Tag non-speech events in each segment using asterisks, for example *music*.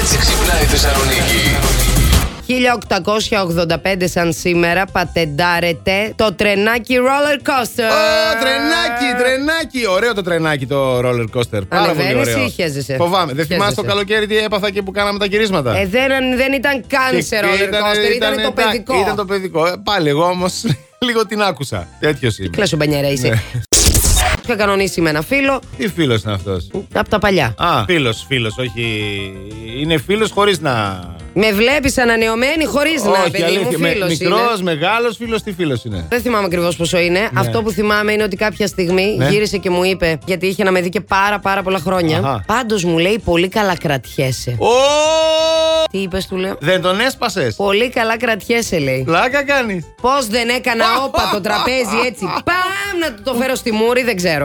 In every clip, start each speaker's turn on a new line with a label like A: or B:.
A: έτσι ξυπνάει η Θεσσαλονίκη.
B: 1885 σαν σήμερα πατεντάρεται το τρενάκι roller coaster.
C: Ω, τρενάκι, τρενάκι. Ωραίο το τρενάκι το roller coaster. Πάρα πολύ
B: Ανεβαίνεις
C: ωραίο.
B: ή χέζεσαι?
C: Φοβάμαι. Δεν θυμάσαι το
B: Χέζεσαι.
C: καλοκαίρι τι έπαθα και που κάναμε τα γυρίσματα.
B: Ε, δεν, δεν ήταν καν σε roller coaster, ήταν, το
C: εντάξει,
B: παιδικό.
C: Ήταν το παιδικό. Ε, Πάλι εγώ όμως *laughs* λίγο την άκουσα. Τέτοιος είναι.
B: Κλασσο μπανιέρα
C: Ναι.
B: είσαι. Είχα κανονίσει με ένα φίλο
C: Τι φίλος είναι αυτός.
B: από τα παλιά.
C: Α, φίλος, φίλος, όχι. Είναι φίλος χωρίς να.
B: Με βλέπεις ανανεωμένη χωρίς να παιδί μου Ε. φίλο.
C: Μικρός, μεγάλος φίλος, τι φίλος είναι.
B: Δεν θυμάμαι ακριβώς πόσο είναι. Αυτό που θυμάμαι είναι ότι κάποια στιγμή
C: Ναι.
B: γύρισε και μου είπε, γιατί είχε να με δει και πάρα πάρα πολλά χρόνια.
C: Αχα.
B: Πάντως μου λέει πολύ καλά κρατιέσαι.
C: Ω!
B: Τι είπες, του λέω.
C: Δεν τον έσπασες.
B: Πολύ καλά κρατιέσαι, λέει.
C: Πλάκα κάνεις.
B: Πώς δεν έκανα όπα το τραπέζι
C: *laughs*
B: έτσι. Πάμ να του το φέρω στη μούρη, δεν ξέρω.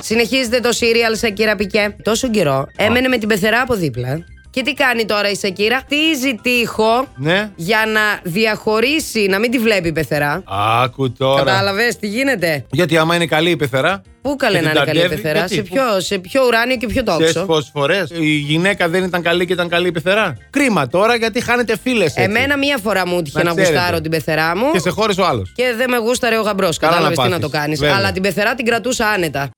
B: Συνεχίζεται το σύριαλ Σακύρα Πικέ. Τόσο καιρό έμενε με την πεθερά από δίπλα. ε. Και τι κάνει τώρα η Σακύρα. Χτίζει τείχο
C: Ναι.
B: για να διαχωρίσει, να μην τη βλέπει η πεθερά.
C: Άκου τώρα.
B: Κατάλαβες τι γίνεται.
C: Γιατί άμα είναι καλή η πεθερά.
B: Πού καλέ
C: και
B: να
C: την
B: είναι καλή η
C: ταντεύει,
B: πεθερά,
C: γιατί,
B: σε
C: πού-
B: ποιο, σε ποιο ουράνιο και ποιο
C: Ξέρεις
B: τόξο.
C: πόσες φορές η γυναίκα δεν ήταν καλή και ήταν καλή η πεθερά. Κρίμα τώρα γιατί χάνετε φίλε.
B: Εμένα μία φορά μου έτυχε
C: Να
B: να,
C: ξέρετε.
B: γουστάρω την πεθερά μου.
C: Και σε χώρισε ο άλλος.
B: Και δεν με γούσταρε ο γαμπρός.
C: Καλά να
B: Κατάλαβες τι να
C: πάθεις,
B: το κάνεις.
C: βέβαια.
B: Αλλά την πεθερά την κρατούσα άνετα.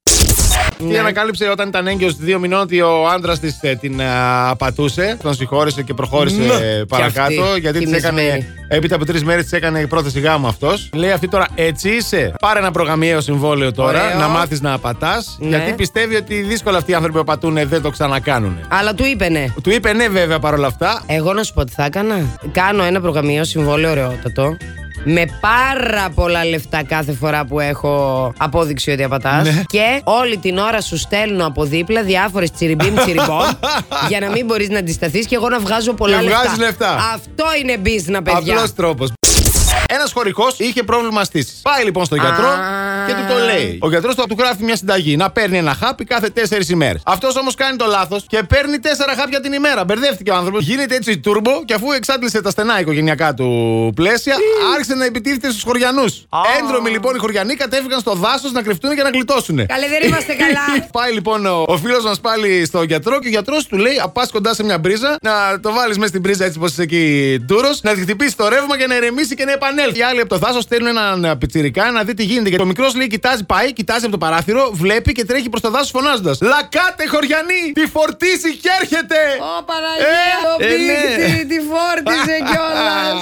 B: Ναι.
C: Τι ανακάλυψε όταν ήταν έγκυος δύο μηνών ότι ο άντρας της την ε, απατούσε. Τον συγχώρησε και προχώρησε ε,
B: Και
C: παρακάτω.
B: Ναι. αυτή,
C: Γιατί της
B: κοιμισμένη.
C: έκανε. Έπειτα από τρεις μέρες της έκανε πρόθεση γάμου αυτός. Λέει αυτή τώρα έτσι είσαι. Πάρε ένα προγαμιαίο συμβόλαιο τώρα
B: Ωραίο.
C: να μάθεις να απατάς.
B: Ναι.
C: Γιατί πιστεύει ότι δύσκολα αυτοί οι άνθρωποι που απατούν δεν το ξανακάνουν.
B: Αλλά του είπε ναι.
C: Του είπε ναι, βέβαια παρόλα αυτά.
B: Εγώ να σου πω τι θα έκανα. Κάνω ένα προγραμμίο συμβόλαιο ωραιότατο. Με πάρα πολλά λεφτά κάθε φορά που έχω απόδειξη ότι απατάς.
C: Ναι.
B: Και όλη την ώρα σου στέλνω από δίπλα διάφορες τσιριμπίμ
C: *laughs*
B: τσιριμπόμ. για να μην μπορείς να αντισταθείς και εγώ να βγάζω πολλά
C: Και βγάζεις λεφτά.
B: Αυτό είναι business, παιδιά.
C: Απλός τρόπος. Ένας χωρικό είχε πρόβλημα στήσει. Πάει λοιπόν στον γιατρό
B: Α.
C: και του το λέει. Ο γιατρός του γράφει μια συνταγή να παίρνει ένα χάπι κάθε 4 ημέρες. Αυτός όμως κάνει το λάθος και παίρνει 4 χάπια την ημέρα. Μπερδεύτηκε ο άνθρωπος. Γίνεται έτσι τούρμπο και αφού εξάντλησε τα στενά οικογενειακά του πλαίσια, άρχισε να επιτίθεται στους χωριανούς. Έντρομοι λοιπόν οι χωριανοί κατέφυγαν στο δάσος να κρυφτούν και να γλιτώσουν.
B: Καλέ, δεν είμαστε
C: *laughs*
B: καλά.
C: Πάει λοιπόν ο, ο φίλος μας πάλι στο γιατρό και ο γιατρός του λέει: Απάς κοντά σε μια μπρίζα, να το βάλεις μέσα στην μπρίζα έτσι πως είσαι εκεί ντούρος, να τη χτυπήσει το ρεύμα και να ερεμήσει και να επανέλθει. Οι άλλοι από το δάσος στέλνουν έναν πιτσυρικά να δει τι γίνεται. Και ο μικρός λέει: Κοιτάζει, πάει, κοιτάζει από το παράθυρο, βλέπει και τρέχει προς το δάσος φωνάζοντας: Λακάτε χωριανή, τη φορτίσει και έρχεται!
B: Ω Παναγία,
C: Ε,
B: το
C: ε, ναι.
B: πίχτη, τη
C: *laughs*
B: φόρτισε κιόλα.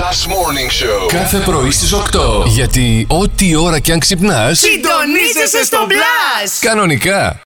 A: Last Morning Show.
D: Κάθε πρωί στις 8. Γιατί ό,τι ώρα κι αν ξυπνάς,
B: Συντονίζεσαι στο μπλα!
D: κανονικά.